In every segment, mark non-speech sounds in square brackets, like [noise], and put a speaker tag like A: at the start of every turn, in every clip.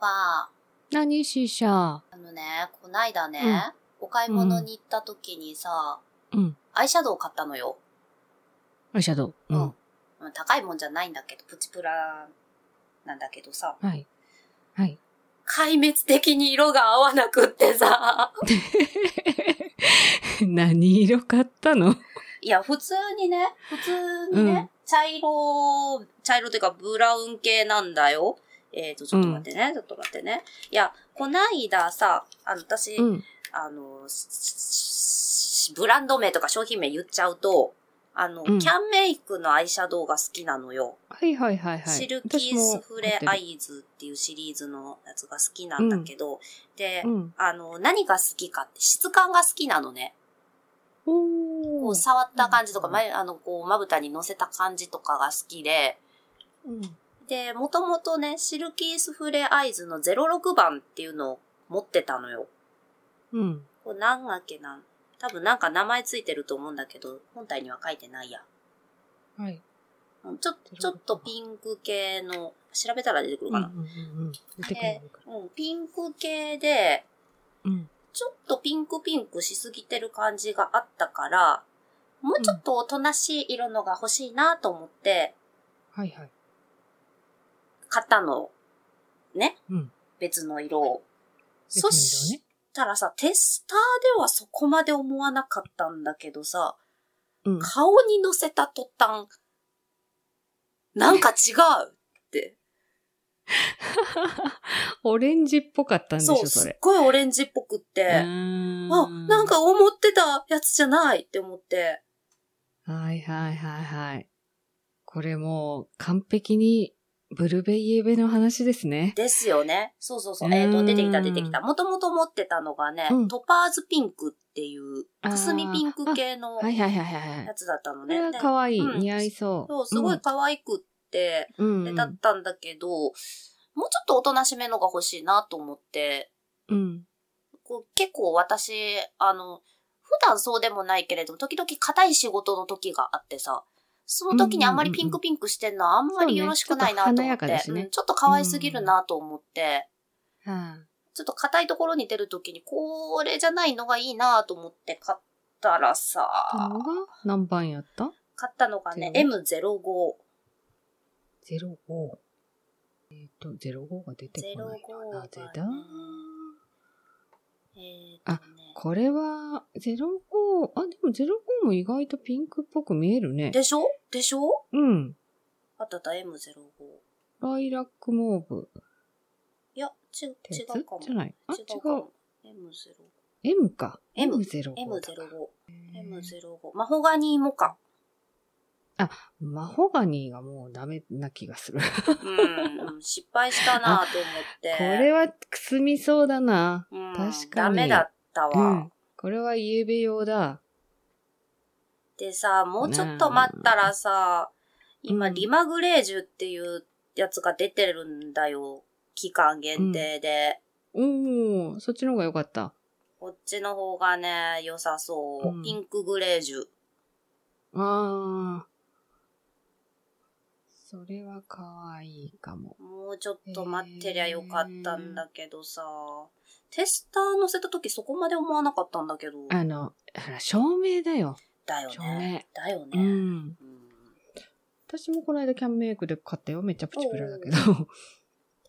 A: パ
B: 何シーシャ
A: あのね、こないだね、お買い物に行った時にさ、
B: うん。
A: アイシャドウ買ったのよ。
B: アイシャドウ。
A: う
B: う
A: ん
B: ん。
A: うん高いもんじゃないんだけど、プチプラなんだけどさ、
B: はい。はい。
A: 壊滅的に色が合わなくって
B: [laughs]
A: さ。
B: [laughs] 何色買ったの
A: いや、普通にね、普通にね、
B: うん
A: 茶色、茶色っていうかブラウン系なんだよ。えーと、ちょっと待ってね、ちょっと待ってね。いや、こないださ、あの、私、
B: うん。
A: あの、ししブランド名とか商品名言っちゃうと、あの、
B: うん
A: キャンメイクのアイシャドウが好きなのよ。
B: はいはいはいはい。
A: シルキースフレア
B: 私も買ってる。
A: イズっていうシリーズのやつが好きなんだけど、で、
B: うん。
A: あの、何が好きかって質感が好きなのね。こ
B: お
A: う
B: ー。
A: 触った感じとか、
B: うん
A: ま、あの、こう、まぶたに乗せた感じとかが好きで、
B: うん
A: で、もともとね、シルキースフレアイズの06番っていうのを持ってたのよ。
B: うん。
A: これなんだっけな多分なんか名前ついてると思うんだけど、本体には書いてないや。
B: はい。
A: うんちょ、ちょっとピンク系の、調べたら出てくる
B: うん
A: か
B: うん
A: な。
B: うんうん。出てくるのか
A: うん、ピンク系で、
B: うん。
A: ちょっとピンクピンクしすぎてる感じがあったから、もうちょっとおとなしい色のが欲しいなと思って
B: はいはい。
A: 買ったの。ね
B: うん。
A: 別の色を。
B: 別の
A: そ
B: 色
A: し
B: ね。
A: たらさ、テスターではそこまで思わなかったんだけどさ、
B: うん。
A: 顔に乗せた途端、なんか違うって。
B: オレンジっぽかったんでし
A: そう、
B: ょ、
A: す
B: そ
A: っ
B: れ。
A: ごいオレンジっぽくって、
B: うー
A: あ、
B: ん
A: なん。か思ってたやつじゃないって思って。
B: はいはいはいはい。これもう完璧にブルベイエベの話ですね。
A: ですよね。そうそうそう。
B: うん
A: えっ、と、出てきた出てきた。もともと持ってたのがね、
B: うん
A: トパーズピンクっていう、くすみピンク系の
B: はいはいはいはいはい
A: や。つだったの
B: こ
A: ね。
B: れは
A: で
B: 可愛い。
A: うん
B: 似合いそう。
A: そう、すごい可愛くって、
B: うん。う
A: で
B: ん。
A: だったんだけど、もうちょっとおとなしめのが欲しいなと思って、
B: うん。
A: こう結構私、あの、普段そうでもないけれども、時々硬い仕事の時があってさ、その時にあんまりピンクピンクしてんのはあんまりよろしくないなと思っ
B: そうねちょっと華やかだ
A: て、
B: しね
A: うんちょっと可愛すぎるなと思って、
B: は
A: ちょっと硬いところに出る時に、これじゃないのがいいなと思って買ったら
B: あ。の
A: さ、
B: が何番やった
A: 買ったのがね、
B: ゼ
A: M05。
B: ?05。えっと、05が出てこない
A: 05
B: な。
A: が
B: な
A: ね
B: ぜだ
A: えー、
B: あ
A: とね。
B: これは、05、あ、でも05も意外とピンクっぽく見えるね。
A: でしょでしょ
B: うん。
A: あったあった M05。
B: ライラックモーブ
A: いや、ち、違
B: ってや
A: う
B: つ
A: かも。
B: じゃないあ、違
A: 違うか
B: う。
A: も。M05。
B: M か。
A: M
B: M05 だ。
A: M05。M05。マホガニーモカ。
B: マホガニーがもうダメな気がする。こ
A: うん。う
B: [laughs]
A: ん失敗したなぁと思って。
B: れはくすみそうだな。
A: うん
B: 確かに
A: ダメだった
B: う
A: わ。
B: ん。これはイエベ用だ。
A: でさ、もうちょっと待ったらさ、今、
B: うん
A: リマグレージュっていうやつが出てるんだよ。期間限定で。
B: おー、そっちの方が良かった。
A: こっちの方がね、良さそう。
B: うん
A: ピンクグレージュ。
B: ああ。それは可愛いかも。
A: もうちょっと待ってりゃよかったんだけどさ。テスター乗せた時そこまで思わなかったんだけど。
B: あの、ほら、照明だよ。
A: だよ
B: 照
A: ね。
B: 明。
A: だよね。
B: うん。
A: うん
B: 私もこの間キャンメイクで買ったよ。めっちゃプチプラだけど。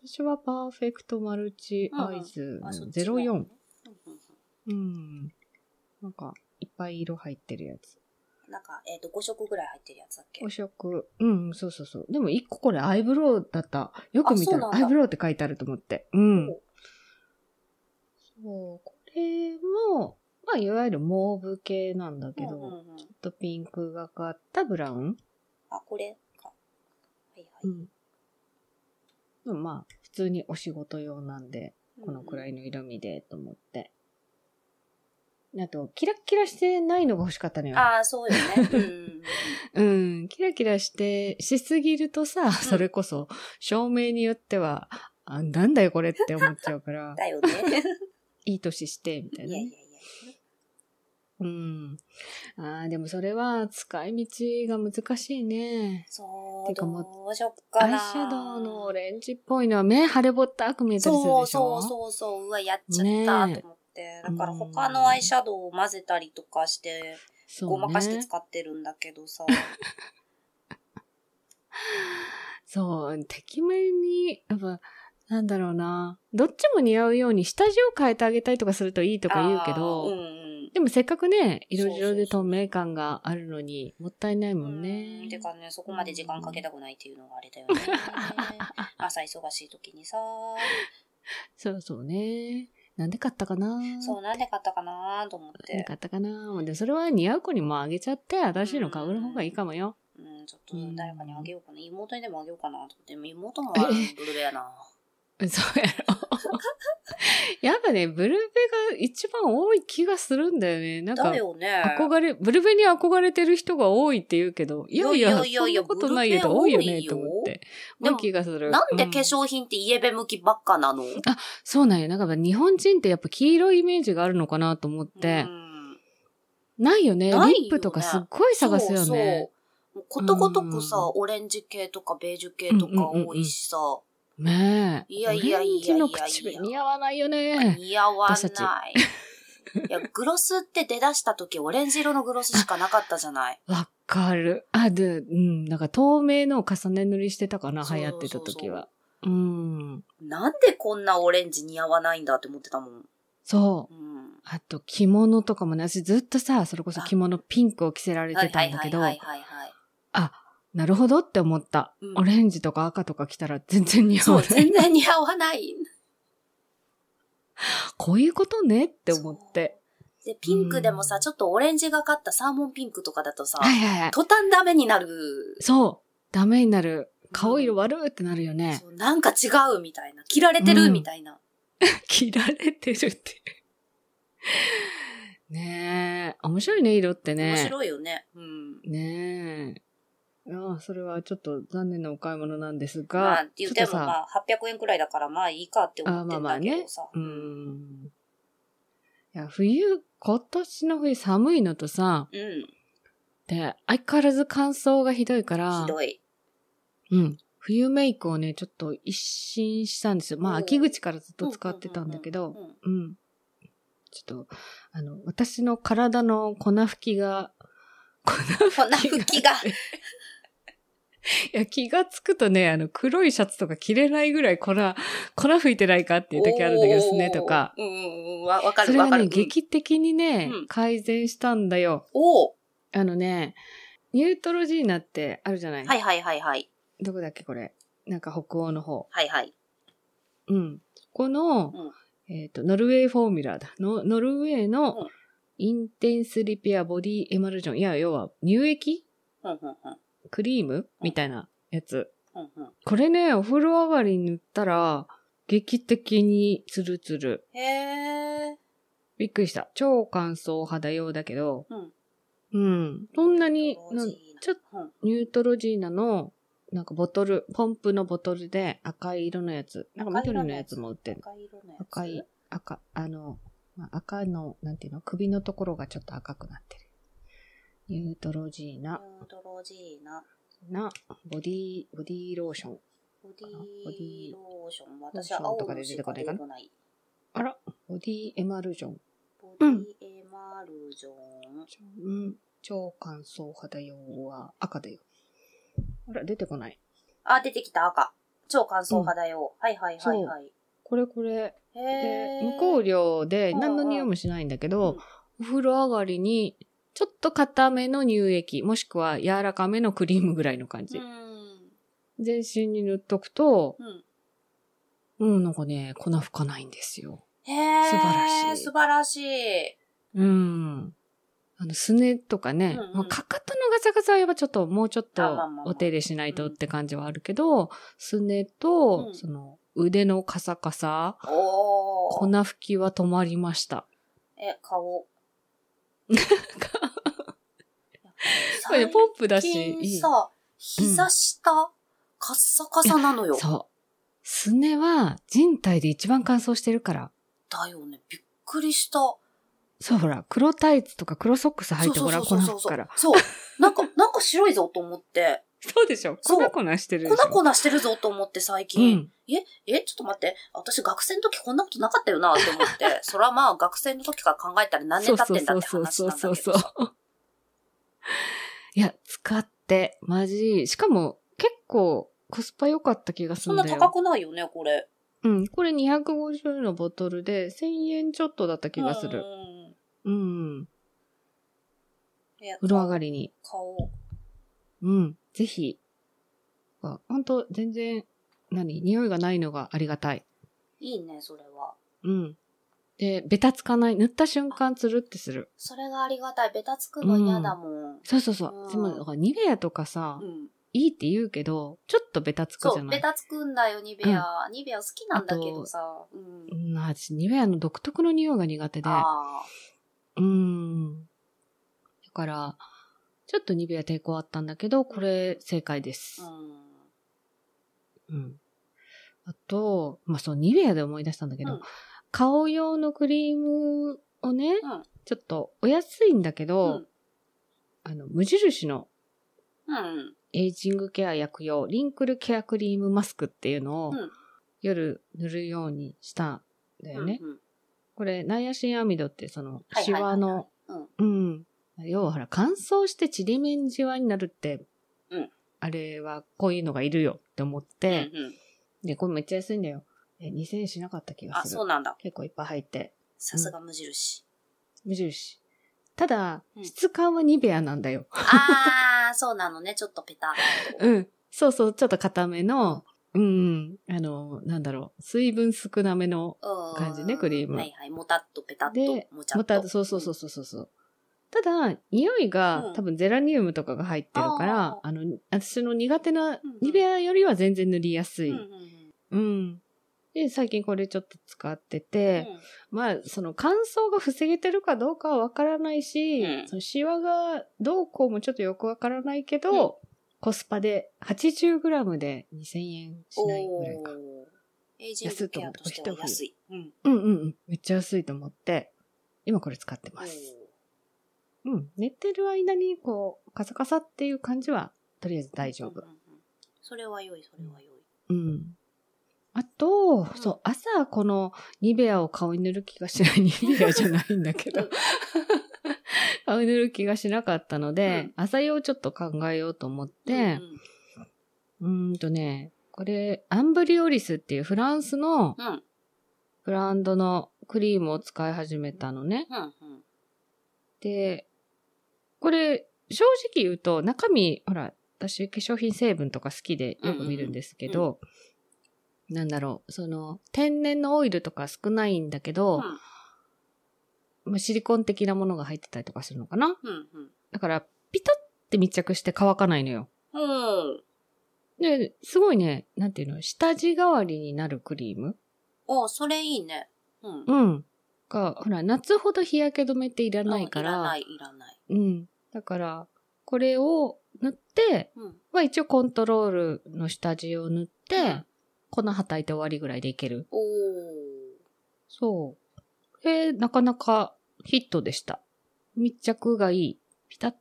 B: 私はパーフェクトマルチアイズ
A: あそっ
B: の
A: ちの
B: 04。
A: うんうん
B: うん。なんか、いっぱい色入ってるやつ。
A: うんなんか、えっ、と、5色ぐらい入ってるやつだっけ
B: お色。うん、そうそうそう。でも一個これアイブロウだった。よく見
A: あ
B: た
A: そうなん
B: ら
A: だ
B: アイブロウって書いてあると思って。うん
A: お。
B: そう、これも、まあ、いわゆるモーブ系なんだけど、
A: うんうんうん
B: ちょっとピンクがかったブラウン。
A: あ、これか。はいはい。
B: でもまあ、普通にお仕事用なんで、このくら
A: い。
B: いの色味で、と思って。あと、キラッキラしてないのが欲しかったのよ。
A: ああ、そうよね。うんうん
B: うん、キラキラして、しすぎるとさ、それこそ、照明によっては、あ、なんだよこ
A: [laughs]
B: れって思っちゃうか [laughs]
A: うん。
B: ら、
A: だよね。
B: いい年して、みたい
A: い
B: な
A: やいや
B: ね
A: いや。
B: うん。ああ、でもそれは使い道が難しいね。
A: そう、
B: てかもう
A: どうしよっか
B: ア
A: な。
B: イシャドウのオレンジっぽいのは目腫れぼったく見えたりする
A: そう
B: でしょ
A: そうそうそう、うわ、やっちゃったと思って。だから他のアイシャドウを混ぜたりとかして、
B: そう
A: ごまかして
B: ね
A: 使ってるんだけどさ。
B: そう、てきめんに、やっぱ、なんだろうな。どっちも似合うように下地を変えてあげたいとかするといいとか言うけど、
A: あーうんうん。
B: でもせっかくね、色
A: そう
B: 白
A: そう
B: で
A: そう
B: 透明感があるのに、もったいないもんね。
A: うんてかね、そこまで時間かけたくないっていうのがあれだ
B: [laughs]
A: よね。朝忙しい時にさ。
B: そうそうね。なんで買ったかな
A: そう、なんで買ったかなと思っ
B: なんで
A: て。
B: 買ったかなでもそれは似合う子にもあげちゃって、新しいの買うの方がいいかもよ。
A: うん、ちょっと誰かにあげようかな。妹にでもあげようかなと思って。でも妹もあるブルーやな。
B: そうやろ。 [laughs] やっぱね、ブルベが一番多い気がするんだよね。なんか
A: だ、よね。
B: 憧れ、ブルベに憧れてる人が多いって言うけど、いやい
A: い
B: や、
A: やいやいや
B: そんなことないよ
A: ブルベ
B: 多いよ
A: 多
B: ね、
A: いよ
B: と思って。
A: でも
B: 多い気がする。
A: なんで化
B: うん
A: 粧品ってイエベ向きばっかなの
B: そうなんよ。なんかやっぱ日本人ってやっぱ黄色いイメージがあるのかなと思って
A: う。ん
B: ないよね
A: ないよね
B: リップとかすっごい探すよね。
A: そうそう。もうことごとくさ、オレンジ系とかベージュ系とか多いしさ、
B: ねえ。
A: いやいやいやいやいや
B: オレンジの口紅似合わないよね。
A: 似合わ
B: 私
A: ない。いや、グロスって出だした時、オレンジ色のグロスしかなかったじゃない。
B: わかる。あ、で、うん。なんか透明のを重ね塗りしてたかな、
A: そう
B: 流
A: そう
B: 行
A: そう
B: ってた時は。うん。
A: なんでこんなオレンジ似合わないんだって思ってたもん。
B: そうう。
A: ん。
B: あと着物とかもね、私ずっとさ、それこそ着物ピンクを着せられてたんだけど、
A: はいはいはいはい、はい。
B: なるほどって思った、
A: うん
B: オレンジとか赤とか着たら全然似合
A: そ
B: わ
A: う、
B: ない。
A: 全然似合わない。
B: [laughs] こういうことねって思って。
A: で、ピンクでもさ、ちょっとオレンジがかったサーモンピンクとかだとさ、
B: はいはいはい。
A: 途端ダメになる。
B: そう。ダメになる。顔色悪いってなるよね。
A: そうなんか違うみたいな。切られてる
B: うん
A: みたいな。
B: 切られてるって。 [laughs] ねえ。面白いね、色ってね。
A: 面白いよね。うん。
B: ねえ。ああ、それはちょっと残念なお買い物なんですが。
A: まあ、言って
B: ちょ
A: も
B: っとさ
A: まあ、800円くらいだから、まあいいかって思ってんだけどさ。
B: うーん。いや、冬、今年の冬寒いのとさ、
A: うん。
B: で、相変わらず乾燥がひどいから、
A: ひどい。
B: うん。冬メイクをね、ちょっと一新したんですよ。ま
A: おう
B: あ、秋口からずっと使ってたんだけど
A: うん、うんうんうん。
B: うん。ちょっと、あの、私の体の粉吹きが、粉
A: こんな
B: 吹
A: 復
B: きが、
A: 帰が。
B: [laughs] いや、気がつくとね、あの、黒いシャツとか着れないぐらい粉、粉吹いてないかっていう時あるんだけどですね、とか。
A: おー。うんうんうん。わわか
B: そ
A: る
B: れ
A: わ
B: が
A: か
B: ね、
A: る。
B: 劇的にね、
A: うん
B: 改善したんだよ。
A: おお
B: あのね、ニュートロジーナってあるじゃない、
A: はいはいはいはい。
B: どこだっけこれ。なんか北欧の方。
A: はいはい。
B: うん。そこの、えっ、と、ノルウェーフォーミュラーだ。のノルウェー
A: うん
B: の、インテンスリペアボディエマルジョン。いや、要は、乳液
A: うんうんうん。
B: クリームみたいなやつ。
A: うんうん
B: これね、お風呂上がりに塗ったら、劇的にツルツル。
A: へえ。
B: びっくりした。超乾燥肌用だけど、
A: うん。
B: うん。そんなに、なんちょっと
A: と。
B: ニュートロジーナの、なんかボトル、ポンプのボトルで赤い色のやつ。なんか緑のやつも売ってる。
A: 赤色のやつ。
B: 赤い。、赤、あの、まあ、赤の、なんていうの、首のところがちょっと赤くなってる。ニュートロジーナ、
A: ニュートロジーナ。
B: な、ボディ、ボディローション。
A: ボデ
B: ボデ
A: ィ
B: ィ
A: ローション。私は青のしか出てこない。
B: あら、ボディエマルジョン。
A: ボデ
B: か出てこない
A: ィエマルジョン。
B: うん、超乾燥肌用は赤だよ。あら、出てこない。
A: あ、出てきた赤。超乾燥肌用。はいはいはいはい。
B: これこれ。
A: へ
B: で
A: ー
B: 無香料で
A: うん
B: 何の匂いもしないんだけ
A: うん
B: ど、お風呂上がりに、ちょっと固めの乳液、もしくは柔らかめのクリームぐらいの感
A: う
B: じ。
A: ん。
B: 全身に塗っとくと、
A: うん。
B: うん、なんかね、粉吹かないんですよ。
A: へー
B: 素晴らしい
A: 素晴らしい。
B: うん。あの、すねとかね、
A: うんうん
B: まあかかとのガサガサはやっぱちょっと、もうちょっ
A: あまあ
B: と
A: まあまあ
B: お手入れしないとって感じはあるけど、すねと、
A: うん
B: その、腕のカサカサ、
A: お
B: 粉
A: ー。
B: 吹きは止まりました。
A: え、
B: [laughs]
A: 顔。
B: これねポンプだし、
A: 最
B: い
A: 近
B: い。
A: さ、膝下、カッサカサなのよ。
B: そう。すねは人体で一番乾燥してるから。
A: だよね。びっくりした。
B: そう、ほら、黒タイツとか黒ソックス履いて
A: そ
B: ほ
A: うそ
B: ら、
A: う
B: 粉
A: そうそう
B: 吹くから。
A: そう。なんか、 [laughs] なんか白いぞと思って、
B: そうでしょ
A: そう
B: 粉粉してるでし
A: 粉
B: ょ
A: 粉してるぞと思って最
B: う
A: 近。
B: ん。
A: え、え、ちょっと待って。私学生の時こんなことなかったよなと思って。そらまあ学生の時から考えたら何年経ってんだって話なんだけどさ。
B: [laughs] いや、使って、マジ。しかも、結構、コスパ良かった気がす
A: そん
B: るん
A: な
B: だよ。
A: 高くないよね、これ。
B: うん。これ250のボトルで、1000円ちょっとだった気がする。
A: うん。
B: うん。
A: え
B: 風呂上がりに。
A: 顔。
B: うん。ぜひ。あほんと、全然、何匂いがないのがありがたい。
A: いいね、それは。
B: うん。で、ベタつかない。塗った瞬間、つるってする。
A: それがありがたい。ベタつくの嫌だもん。
B: そうそうそうう。
A: ん
B: でも、だからニベアとかさ、
A: うん。
B: いいって言うけど、ちょっとベタつく
A: そ
B: じゃ
A: う、
B: な
A: ベ
B: い
A: タつくんだよ、ニベア。ニベア好きなんだけどさ。うん。
B: うん、私、ニベアの独特の匂いが苦手で。
A: ああ。
B: うん。だから、ちょっとニベア抵抗あったんだけど、これ正解です
A: う。ん。
B: うん。あと、まあ、そう、ニベアで思い出したんだけど、
A: うん
B: 顔用のクリームをね、
A: うん
B: ちょっとお安いんだけ
A: う
B: ど、
A: ん。
B: あの、無印の
A: うん。
B: エイジングケア薬用リンクルケアクリームマスクっていうのを、
A: うん
B: 夜塗るようにしたんだよね。
A: うんうん
B: これ、ナイアシンアミドってその、
A: はい
B: シ
A: はいはいは
B: ワ
A: い
B: の、
A: うん
B: うん。要はほら、乾燥してちりめんじわになるって、
A: うん
B: あれはこういうのがいるよって思っ
A: うん
B: て、
A: うん。
B: で、これめっちゃ安いんだよ。え2000円しなかった気が
A: あ、
B: する
A: そう。なんだ。
B: 結構いっぱい入って。
A: さすが無印。
B: 無印。ただ、
A: うん
B: 質感はニベアなんだよ。
A: ああ、そうなのね。ちょっとペタ。
B: うん。そうそう、ちょっと固めの、うん、あの、なんだろう、水分少なめの、
A: うん。
B: [laughs] 感じねクリーム
A: はいはい。もたっとペタっ
B: で
A: と、もちゃっと。
B: また、そうそうそうそうそうそう。ただ、匂いが、
A: うん
B: 多分ゼラニウムとかが入ってるから、あの、私の苦手な
A: うん
B: ニベアよりは全然塗りやす
A: う
B: い。
A: ん。う
B: う
A: んん。うんうん
B: で、最近これちょっと使って
A: う
B: て、
A: ん
B: まあ、その乾燥が防げてるかどうかはわからないし、
A: うん
B: そのシワがどうこうもちょっとよくわからないけど、コスパで 80g で2000円しないぐらいか。
A: おーエイジングケアとしては安い。うん。
B: うんうんうん。めっちゃ安いと思って、今これ使ってます。うん。寝てる間に、こう、カサカサっていう感じは、とりあえず大丈夫
A: うん。うんうん。それは良い、それは良い。
B: うん。あと、そう、朝、この、ニベアを顔に塗る気がしない、ニベアじゃないんだけ
A: う
B: ど
A: ん、
B: 顔に塗る気がしなかったので、
A: うん
B: 朝用ちょっと考えようと思っ
A: うん
B: て、うーん、とね、これ、アンブリオリスっていうフランスの
A: うん。うん。
B: ブランドのクリームを使い始めたのね。
A: うん。うん。
B: で、これ、正直言うと、中身、ほら、私、化粧品成分とか好きでよく見るんですけど、なんだろう、その、天然のオイルとか少ないんだけど、
A: うん
B: まあ、シリコン的なものが入ってたりとかするのかな
A: うん。うん。
B: だから、ピタって密着して乾かないのよ。
A: うん。
B: で、すごいね、なんていうの、下地代わりになるクリーム
A: おーそれいいね。うん。
B: うん。が、ほら、夏ほど日焼け止めっていらないか
A: いらな
B: ら、
A: い、いらない。
B: うん。だから、これを塗って、
A: うん。
B: まあ一応コントロールの下地を塗って、
A: うん
B: 粉はたいて終わりぐらいでいける。
A: おー
B: そう。えー、なかなかヒットでした。密着がいい。ピタッ。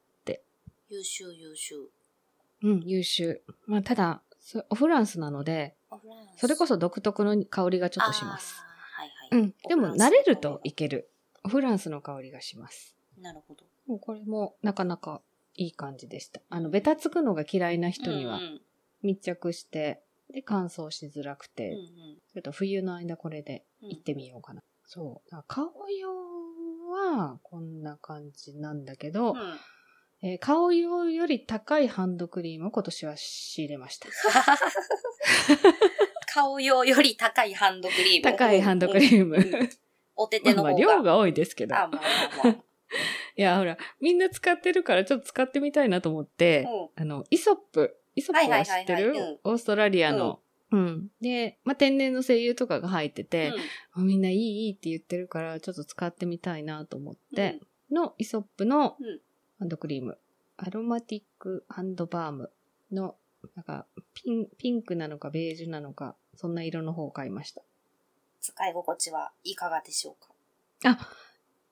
A: 優秀、優秀。
B: うん、優秀。まあただ、そオフランスなので、それこ
A: そ
B: そ独特の香りがちょっとします。。
A: あーはいは
B: う
A: い。
B: ん。でも慣れるといける。オフランスの香りがします。
A: なるほど。
B: もうこれもなかなかいい感じでした。あの、ベタつくのが嫌いな人には
A: うんうん
B: 密着して、で、乾燥しづらくて、
A: うんうん
B: ちょっと冬の間これで
A: うん
B: 行ってみようかな。そう。だから顔用はこんな感じなんだけど、
A: うん [laughs]
B: えー顔用より高いハンドクリームを今年は仕入れました。
A: 顔用より高いハンドクリーム。
B: 高いハンドクリ
A: ム。
B: ーム。
A: うんお手手
B: [laughs] ま
A: の
B: あまあ
A: 方
B: 量
A: が。
B: が多いですけど。
A: あ、まあまあ
B: いや、ほら、みんな使ってるからちょっと使ってみたいなと思って
A: ま、あ。
B: あの、イソップ。イソップ
A: はいは
B: はい知
A: はいはい
B: ってる、
A: うん
B: オーストラリアの。うん。で、まあ、天然の精油とかが入ってて、みんないいいいって言ってるから、ちょっと使ってみたいなと思って、
A: うん
B: のイソップの
A: うん
B: ハンドクリーム。アロマティックハンドバームの、なんか、ピン、ピンクなのかベージュなのか、そんな色の方を買いました。
A: 使い心地はいかがでしょうか
B: あ、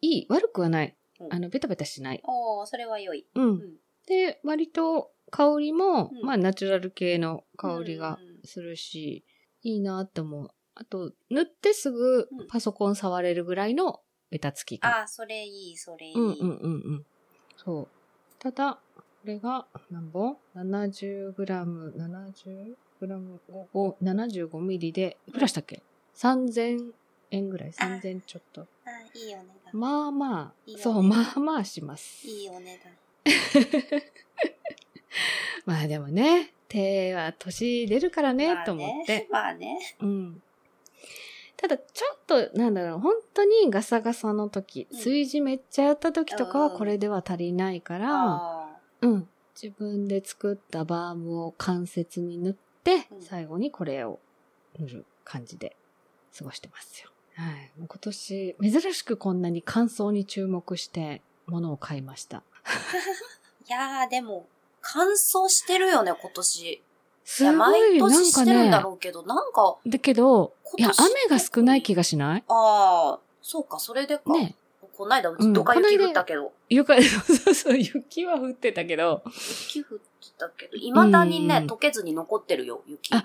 B: いい、悪くはない
A: うん。
B: あの、ベタベタしない。
A: おー、それは良い。
B: う。
A: うんん。
B: で、割と香りも、
A: うん
B: まあ、ナチュラル系の香り
A: う
B: が
A: んうんうん
B: するし、いいなって思う。あと、塗ってすぐ
A: うん
B: パソコン触れるぐらいのベタつき感。
A: あー、それいい、それいい。
B: うんうんうんうん。そう。ただ、これが何本 ?70g、70g、5 75ミリで、いくらしたっけ ?3000 円ぐらい ?3000 ちょっと。
A: あーいいお値段。
B: まあま
A: いいよ
B: あ、
A: ね
B: そう、まあまあします。
A: いいお値段。
B: まあでもね、手は年出るからね、
A: まあ
B: と思って。。
A: まあね。 [laughs]
B: うん。ただ、ちょっと、なんだろう、本当にガサガサの時、
A: うん
B: 炊事めっちゃやった時とかは、
A: うん
B: これでは足りないから、
A: あ
B: うん。自分で作ったバームを関節に塗って、
A: うん
B: 最後にこれを塗る感じで過ごしてますよ。はい。もう今年、珍しくこんなに乾燥に注目して、物を買いました。
A: ーいやー、でも、乾燥してるよね、今年。
B: すごい、
A: や、毎
B: な
A: 年
B: ん
A: し
B: か
A: てるん
B: ね
A: だ、ろうけど、なんか、
B: だけど、いや
A: 今、年
B: 雨が少ない気がしない
A: ああ、そうか、それでか。
B: ね
A: こないだ、う
B: う
A: ち
B: ん
A: ドカ雪降ったけど、
B: 床、 [laughs] そうそう、雪は降ってたけど、
A: 雪降ってたけど、いまだに
B: う
A: ね
B: ん、
A: 溶けずに残ってるよ、雪。
B: あ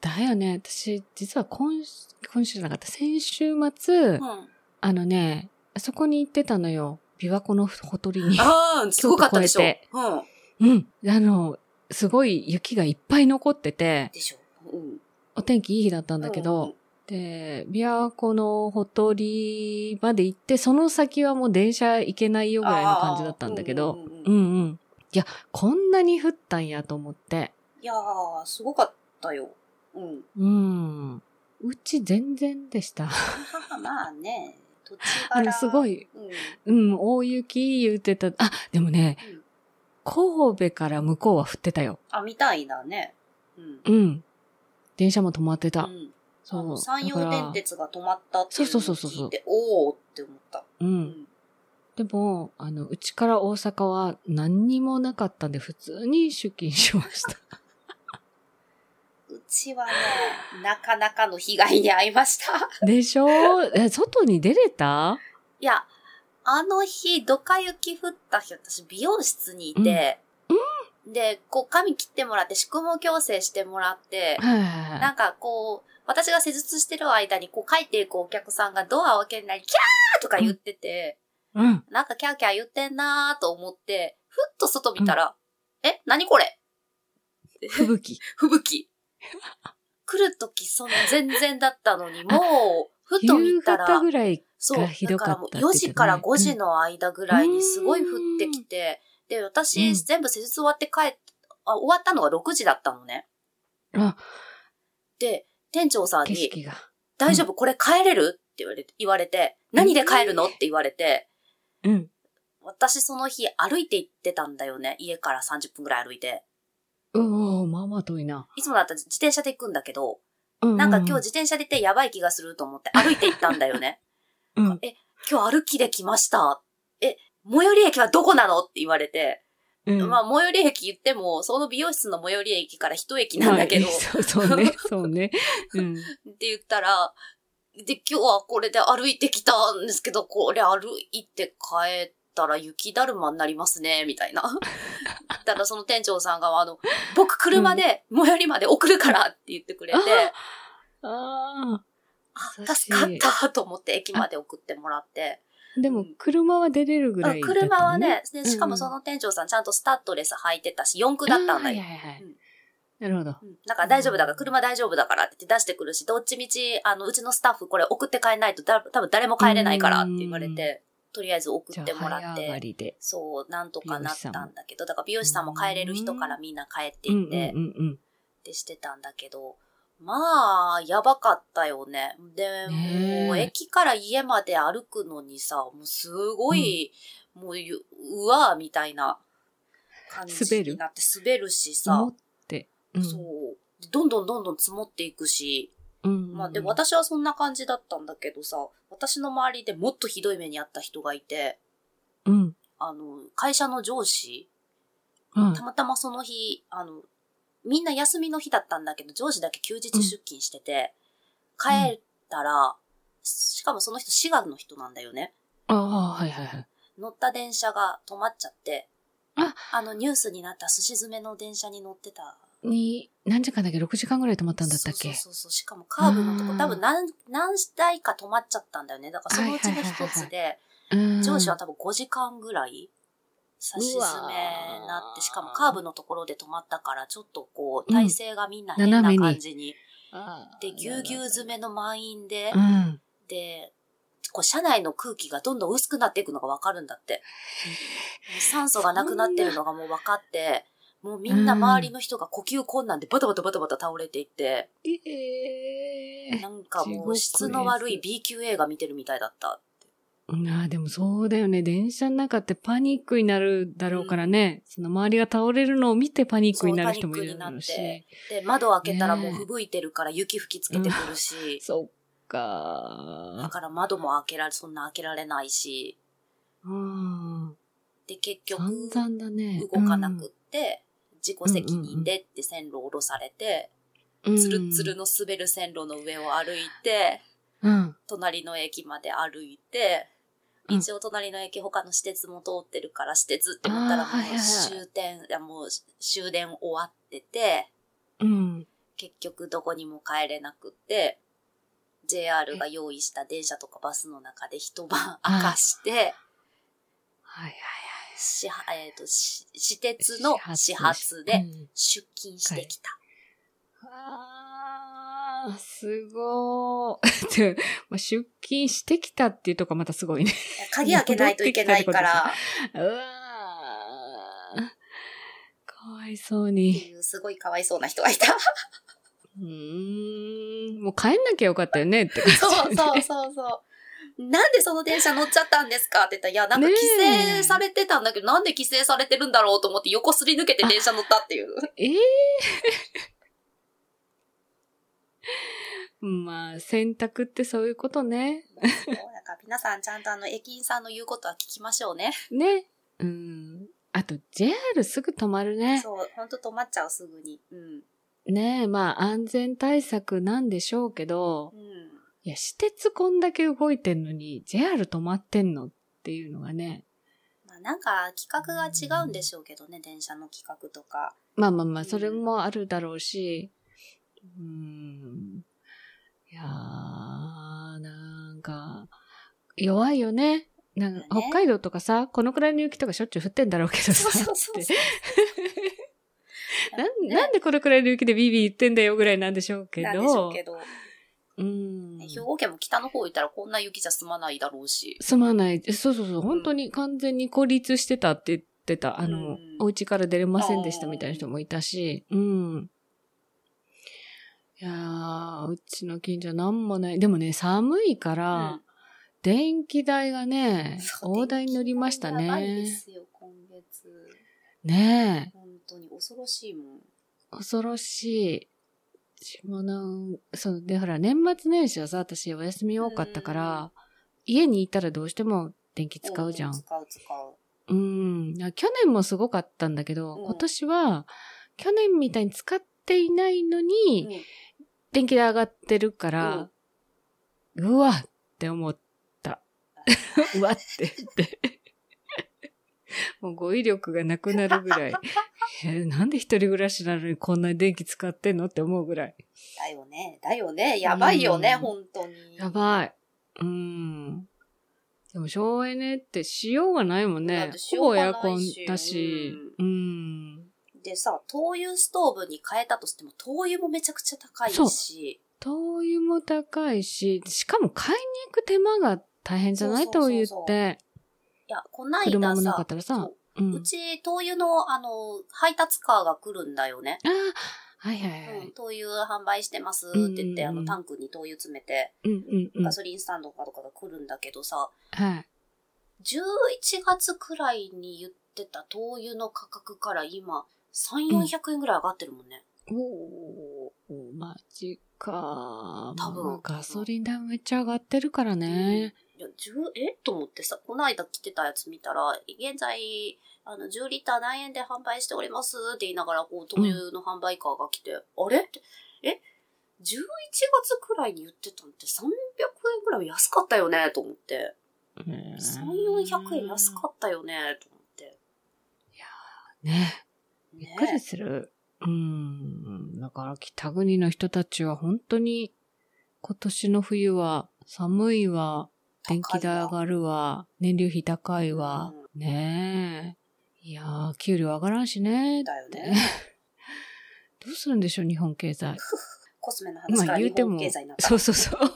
B: だよね、私、実は今週、今週じゃなかった、先週末、
A: うん。
B: あのね、あそこに行ってたのよ。琵琶湖のほとりに。
A: ああ、すごかったでしょ。
B: 京都越えて
A: うん。
B: うん。あの、すごい雪がいっぱい残ってて、
A: でしょ。うん。
B: お天気いい日だったんだけど、
A: うん、
B: で、琵琶湖のほとりまで行って、その先はもう電車行けないよぐらいの感じだったんだけ
A: あー
B: ど、
A: うんうん
B: う
A: うんい
B: んうん。いや、こんなに降ったんやと思って。
A: やー、すごかったよ。うん。
B: うん。うち全然でした。
A: まあね、土地
B: あ
A: 柄。
B: の、すご。い、
A: うん。
B: うん、大雪言ってた。あ、でもね、
A: うん
B: 神戸から向こうは降ってたよ。
A: あ、みたいだね。うん。
B: うん。電車も止まってた。
A: うんあ
B: そ
A: の
B: う。
A: 山
B: だか
A: 陽
B: ら
A: 電鉄が止まったっていうの
B: そ
A: を
B: うそうそうそ
A: 聞
B: う
A: いて、おおって思った。
B: う。。
A: うん
B: でも、あの、うちから大阪は何にもなかったんで、普通に出勤しま
A: [laughs]
B: した。
A: うちはね、なかなかの被害に遭いました。
B: でしょえ、外に出れた
A: いや、あの日、ドカ雪降った日、私、美容室にいて、
B: うん
A: で、こう、髪切ってもらって、宿毛矯正してもらって、
B: はいはいは。
A: ないんかこう、私が施術してる間に、こう、帰っていくお客さんがドアを開けない、キャーとか言ってて、
B: うん。
A: なんかキャーキャー言ってんなーと思って、ふっと外見たら、え、何これ
B: 吹雪。
A: 吹雪。来るとき、その全然だったのに、もう、ふと
B: 夕
A: 見たら。
B: 方ぐらい。
A: そう。
B: がひど
A: だか
B: かっ
A: ら
B: たっ
A: も
B: て
A: う
B: 言
A: 4
B: ってたね
A: 時から5時の間ぐらいにすごい降ってきて、で、私、
B: うん
A: 全部施術終わって帰っあ、終わったのが6時だったのね。
B: あ、
A: で、店長さん
B: 景
A: に、
B: 色が。
A: 大丈夫これ帰れるって言われて、言われて、何で帰るのって言われて、
B: うん。
A: 私その日歩いて行ってたんだよね。家から30分ぐらい歩いて。
B: うおーまあまあ遠いな。
A: いつもだったら自転車で行くんだけど、
B: う
A: なんか今日自転車で行ってやばい気がすると思って歩いて行ったんだよね。
B: [laughs] うん
A: 今日歩きで来ました。え、最寄り駅はどこなのって言われて、
B: うん。
A: まあ最寄り駅言っても、その美容室の最寄り駅から一駅なんだけど、
B: まあそうそうね、そうね。
A: [laughs]
B: うん。
A: って言ったら、で、今日はこれで歩いてきたんですけど、これ歩いて帰ったら雪だるまになりますね、みた
B: [laughs]
A: いな。ただその店長さんが、あの、僕車で最寄りまで送るからって言ってく
B: [laughs]
A: れて、
B: あ優
A: あ、
B: しい
A: 助かったと思って駅まで送ってもらって。
B: あ。でも、車は出れるぐらいだった、
A: 車はね、
B: う
A: で
B: ん
A: しかもその店長さんちゃんとスタッドレス履いてたし、四駆だったんだよ
B: あー。はいはいはい
A: うん
B: なるほど。
A: うんだから大丈夫だから、車大丈夫だからって言って出してくるし、どっちみち、あの、うちのスタッフこれ送って帰んないとだ、多分誰も帰れないからって言われて、とりあえず送
B: じ
A: っ
B: ゃ
A: て
B: あ、
A: もら
B: 早
A: っ
B: 上が
A: て、
B: りで。
A: そう、なんとかなったんだけど、だから美容
B: 容
A: 師
B: 師
A: さ
B: さ
A: ん
B: ん
A: も
B: も
A: 帰れる人からみんな帰っていって
B: う、んうん
A: ってしてたんだけど、まあ、やばかったよね。で、
B: ねえ
A: もう駅から家まで歩くのにさ、もうすごい、もうゆ、うわーみたいな感じ
B: 滑る
A: になって滑るし
B: うん。持
A: さ
B: っ、て。うん
A: そう。どんどんどんどん積もっていくし、
B: うん。
A: まあでも、私はそんな感じだったんだけどさ、私の周りでもっとひどい目にあった人がいて、
B: うん。
A: あの、会社の上司、
B: うん
A: たまたまその日、あの、みんな休みの日だったんだけど、上司だけ休日出勤してて、
B: ん
A: 帰ったら、しかもその人滋賀の人なんだよね。
B: ああ、はいはいはい。
A: 乗った電車が止まっちゃって、
B: あ
A: のニュースになったすし詰めの電車に乗ってた。
B: に、何時間だっけ ?6 時間ぐらい止まったんだったっ
A: そ
B: け
A: うそうそうそう。しかもカーブのと
B: う
A: こ、
B: ん
A: 多分何、何台か止まっちゃったんだよね。だからそのうちの一つで、
B: うん
A: 上司は多分5時間ぐらい、差し詰めにな
B: う
A: っ
B: わ
A: て、
B: ー
A: しかもカーブのところで止まったから、ちょっとこう、体勢がみんな
B: うん
A: 変な
B: 斜めに
A: 感じに。
B: あー
A: で、ぎゅうぎゅう詰めの満員で
B: う、ん。
A: で、こう、車内の空気がどんどん薄くなっていくのがわかるんだって。酸素がなくなってるのがもう分かって、もうみんな周りの人が呼吸困難でバタバタバタバタ倒れていって、
B: ええ
A: なんかも
B: 地獄
A: う
B: です
A: 質の悪い B 級映画見てるみたいだった。
B: なあ、でもそうだよね。電車の中ってパニックになるだろうからね。その周りが倒れるのを見てパニックになる人もいるだろう
A: そうパニッ
B: し。
A: で、窓開けたらもう
B: ねえ
A: 吹雪いてるから雪吹きつけてくるし、
B: そっ
A: だ
B: か
A: から窓も開けられ、そんな開けられないし、
B: ー。うん。
A: で、結
B: 散
A: 局、
B: 々だね。
A: 動かなくって、自己責任でって線路を下ろされて、
B: うん、
A: つるつるの滑る線路の上を歩いて、
B: うん。
A: 隣の駅まで歩いて、
B: うん
A: 一応隣の駅他の私鉄も通ってるから、私鉄って思ったらも
B: あーはいは
A: う
B: い
A: 終点、いやもう終電終わってて、
B: うん。
A: 結局どこにも帰れなくて、JR が用意した電車とかバスの中で一晩
B: あー
A: 明かして、
B: はい
A: 始発えーとし私鉄
B: はい
A: の
B: はい。
A: 始発
B: う
A: で
B: ん
A: 出勤してきた。
B: あー、すごー。 [laughs] でまあ出勤してきたっていうとこまたすごいね。
A: 鍵開けないといけないから、
B: うわー。かわいそ
A: っ
B: う
A: て
B: に。
A: いうすごいかわいそうな人
B: [laughs]
A: がいた。
B: うーん。もう帰んなきゃよかったよねって感じ。
A: そうそうそうそう。なんでその電車乗っちゃったんですかって言ったら、いや、なんか
B: ね
A: 規
B: え
A: 制されてたんだけど、なんで規制されてるんだろうと思って横すり抜けて電車乗った
B: [laughs]
A: っていう。
B: [laughs] ええー。まあ、選択ってそういうことね。
A: そうだから皆さんちゃんとあの、駅員さんの言うことは聞きましょうね。
B: ね。うん。あと、JR すぐ止まるね。
A: そう、ほんと止まっちゃう、すぐに。うん。
B: ねえ、まあ、安全対策なんでしょうけど
A: う、ん。
B: いや、私鉄こんだけ動いてんのに、JR 止まってんのっていうのがね。
A: まあなんか、企画が違うんでしょうけどね、電車の企画とか。
B: まあまあま
A: う
B: あ、
A: ん
B: それもあるだろうし、うーん。いやー、なんか、弱いよね。なんか、
A: まあね
B: 北海道とかさ、このくらいの雪とかしょっちゅう降ってんだろうけど
A: そう
B: さ、
A: そうそう
B: っ
A: そ
B: て
A: う。
B: [laughs] なん
A: ね
B: なんでこのくらいの雪でビービー言ってんだよぐらいなんでしょうけ
A: なんでしょ
B: ど
A: うけ、ど、
B: うん。
A: ね兵庫県も北の方行ったらこんな雪じゃ済まないだろうし。
B: すまない。そうそうそう。本当に完全に孤立してたって言ってた。あ
A: う
B: の
A: ん、
B: お家から出れませんでしたみたいな人もいたし。うん。いやー、うちの近所なんもない。でもね、寒いか
A: う
B: ら
A: ん、
B: 電気代がね、
A: そう
B: 大台に乗りました
A: 電気代やばいで
B: ね。
A: すよ、今月。
B: ねえ、
A: 本当に恐ろしいもん。
B: 恐ろしい。うちもなん、そう、で、ほら、年末年始はさ、私お休み多かったから、家にいたらどうしても電気使うじゃん。
A: 使う使う。
B: うん。あ去年もすごかったんだけど、
A: うん
B: 今年は、去年みたいに使っていないのに、
A: うん
B: 電気代上がってるから、うわって
A: [laughs]
B: 思った。うわって言って。もう語彙力がなくなる
A: [laughs]
B: ぐらい。えなんで一人暮らしなのにこんなに電気使ってんのって思うぐらい。
A: だよね、だよね、やばいよね、
B: うん
A: 本当に。
B: やばい。うん。でも省エネってしようがないもん
A: だっ
B: ね
A: て。しよう
B: ほぼエ
A: が
B: ア
A: な
B: コ
A: い
B: ン
A: し
B: だし。うん
A: でさ、灯油ストーブに変えたとしても、灯油もめちゃくちゃ高いし。
B: 灯油も高いし、しかも買いに行く手間が大変じゃない
A: そうそう
B: 灯
A: そうそう
B: 油って。
A: いや、こない
B: 車
A: だ
B: もなか
A: さ
B: っ、たらさ
A: そ。
B: う。
A: うんち、灯油の、あの、配達カーが来るんだよね。
B: ああ、はいはいは
A: うん、
B: い。
A: 灯油販売してますって言って、
B: うん
A: あ
B: うんうん
A: の、タンクに灯油詰めて、
B: うんうんうん
A: ガ。ソリンスタンドかとかが来るんだけどさ、
B: はい。
A: 11月くらいに言ってた灯油の価格から今、3、
B: うん
A: 400円ぐらい上がってるもんね。
B: おー、マジか。
A: 多分
B: もうガソリン代めっちゃ上がってるからね。
A: いや、10、えと思ってさ、この間来てたやつ見たら、現在、あの、10リッター何円で販売しておりますって言いながら、こう、灯油の販売カーが来て、あれって、え ?11 月くらいに言ってたんって300円くらい安かったよねと思って。
B: うん
A: 3400円安かったよね、と思って。
B: ね。びっくり
A: ね
B: する。うん。だから北国の人たちは本当に今年の冬は寒いわ、電気代上がるわ、燃料費高いわ。ねえ。いやー、給料上がらんしね。
A: だよね。
B: どうするんでしょう、日本経済。
A: コスメの話から日本経済になった。
B: そうそうそう。 [laughs]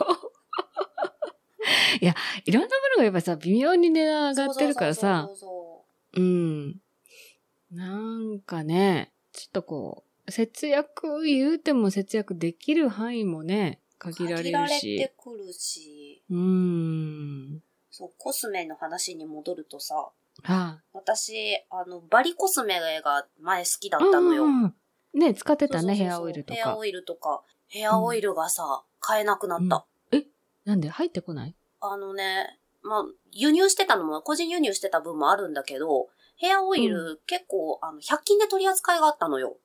B: いや、いろんなものがやっぱさ、微妙に値段上がってるからさ
A: そう、そうそう
B: うん。なんかね、ちょっとこう、節約言うても節約できる範囲もね、
A: そう
B: 限ら
A: 限
B: れ
A: ら
B: る
A: れ
B: し。
A: てくるし、
B: うん。
A: そう、コスメの話に戻るとさ、
B: あ、
A: 私、あの、バリコスメが前好きだったのよ。
B: うんうんうんね、使ってた
A: そうそうそう
B: ね、
A: そう
B: ヘアオイルと
A: ヘア
B: か。
A: オイルとか。ヘアオイルがさ、買えなくなった。
B: なんで入ってこない
A: あのね、まあ、輸入してたのも、個人輸入してた分もあるんだけど、ヘアオイル、
B: う
A: 結構、あの、100均で取り扱いがあったのよ。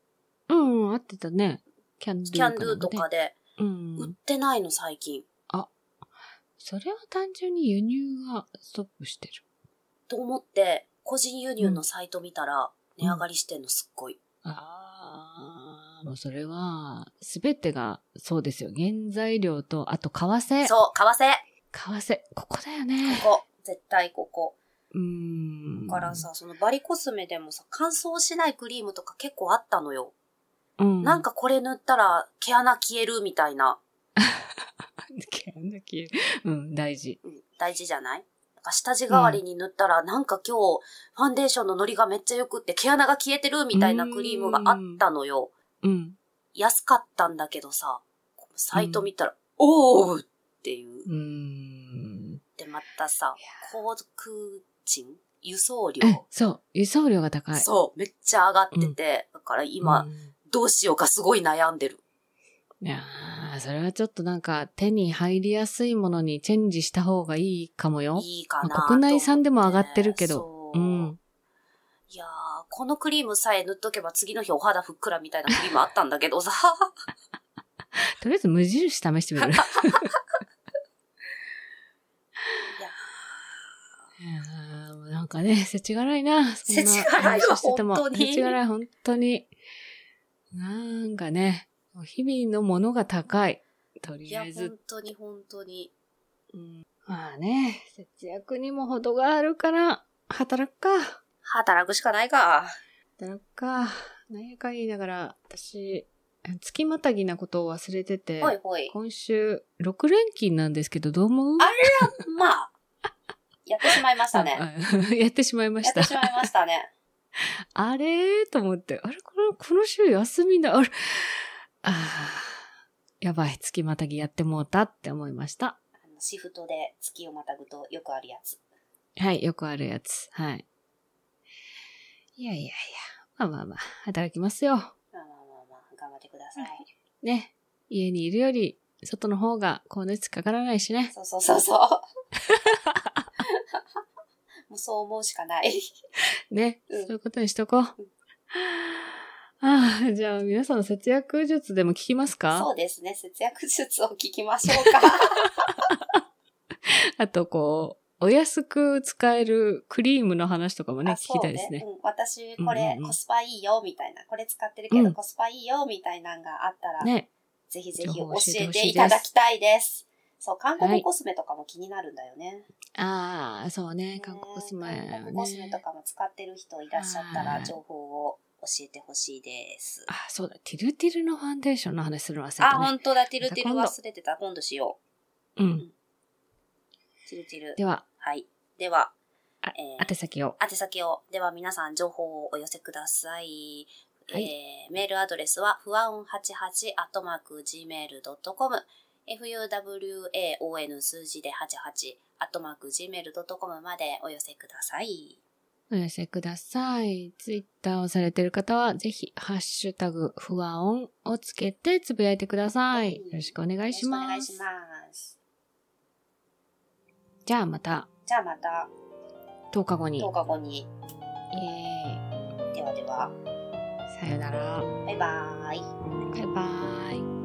B: うん、うん合ってたね。キャンドゥ
A: キャンドゥと
B: なん
A: かで。
B: ね。う
A: 売っ
B: ん。
A: てないの、最近。
B: それは単純に輸入がストップしてる。
A: と思って、個人輸入のサイト見たら、
B: うん
A: 値上がりしてんの、すっごい。
B: ああ、もうそれは、すべてがそうですよ。原材料と、あと為替。
A: そう、為替
B: 為替、ここだよね。
A: ここ。絶対ここ。
B: うーん。
A: だからさ、そのバリコスメでもさ、乾燥しないクリームとか結構あったのよ。
B: うん、
A: なん
B: [laughs]
A: かこれ塗ったら毛穴消えるみたいな。
B: 毛穴消えるうん、大事。
A: うん大事じゃないなんか下地代わりに塗ったら、なんか今日、ファンデーションの塗りがめっちゃ良くって毛穴が消えてるみたいなクリームがあったのよ。
B: うん。
A: 安かったんだけどさ、サイト見たら、おーっていう。
B: うーん。
A: で、またさ
B: い、
A: 航空賃輸送料、
B: えそう、輸送量が高い。
A: そう、めっちゃ上がってて、だから今、
B: うん
A: どうしようかすごい悩んでる。
B: いやーそれはちょっとなんか、手に入りやすいものにチェンジした方がいいかもよ。
A: いいかなと
B: ま
A: 思
B: あ
A: って。
B: 国内産でも上がってるけど
A: そう
B: う。ん。
A: いやー、このクリームさえ塗っとけば次の日お肌ふっくらみたいなクリームあったんだけどさ。
B: とりあえず無印試して
A: [laughs]
B: みる。いやーもうなんかね、世知辛いな。そんな
A: 世知辛いわ
B: 話してても
A: 本当に
B: 世知辛い、本当に。なんかね、もう日々のものが高 [laughs] い。と
A: い
B: り
A: や
B: あえ、ず
A: 本当に本当に。
B: まあね、節約にも程があるから、働くか。
A: 働くしかないか。
B: 働くか。なんやかんや言いながら、私、月またぎなことを忘れてて、
A: ほいほい。
B: 今週、6連勤なんですけど、どう思う
A: あまあ、やってしまいま
B: [laughs]
A: したね。
B: うんやってしまいま
A: や
B: し
A: って
B: た
A: し。まいましたね。
B: あれーと思って、あれこの、この週休みだ。あれあーやばい、月またぎやってもうたって思いました。
A: あのシフトで月をまたぐとよくあるやつ。
B: はい、よくあるやつ。はい。いやいやいや、まあまあまあ、働きますよ。
A: まあまあまあまあ、頑張ってください。
B: ね、家にいるより、外の方が高熱かからないしね。
A: そうそうそう [laughs] そう。もうそう思うしかない。
B: ね、
A: うん
B: そういうことにしとこう。ああ、じゃあ皆さんの節約術でも聞きます
A: そ
B: か
A: うですね。節約術を聞きましょうか。
B: あとこう、お安く使えるクリームの話とか [laughs] もね、
A: あ
B: 聞きたいですね
A: そ。ううん、私、こ
B: うん
A: れ
B: うんうん
A: コスパいいよ、みたいな。これ使ってるけ
B: う
A: ど
B: ん
A: コスパいいよ、みたいなんがあったら、
B: ね。
A: ぜひぜひ
B: 情報
A: 教
B: を教えて
A: え
B: ほしいです
A: ていただきたいです。そう、韓
B: はい
A: 国コスメとかも気になるんだよね。
B: ああ、そうね。韓国コスメ、
A: ね韓
B: ね
A: 国。コスメとかも使ってる人いらっしゃった
B: は
A: ら、
B: い
A: 情報を教えてほしいです。
B: あ、そうだ。ティルティルのファンデーションの話するの忘れ
A: あ、
B: たね。
A: 本当だ、ティルティル
B: また今
A: 忘れてた。今度しよ
B: うん。
A: う。ティルティル。
B: では、
A: はい。では、
B: あ
A: えー
B: 宛先を。
A: 宛先を。では皆さん情報をお寄せください。
B: はい
A: えーメールアドレスは、不安88 gmail.com、fuwaon 数字で88 gmail.com までお寄せください。
B: お寄せください。ツイッターをされている方は、ぜひ、ハッシュタグ、不和音をつけてつぶやいてください。よろしくお願いします。
A: よろしくお願いします。
B: じゃあまた、
A: じゃあまた
B: 10日後に。
A: 10日後に。
B: イエーイ。
A: ではでは、
B: さよなら。
A: バイバーイ。
B: バイバーイ。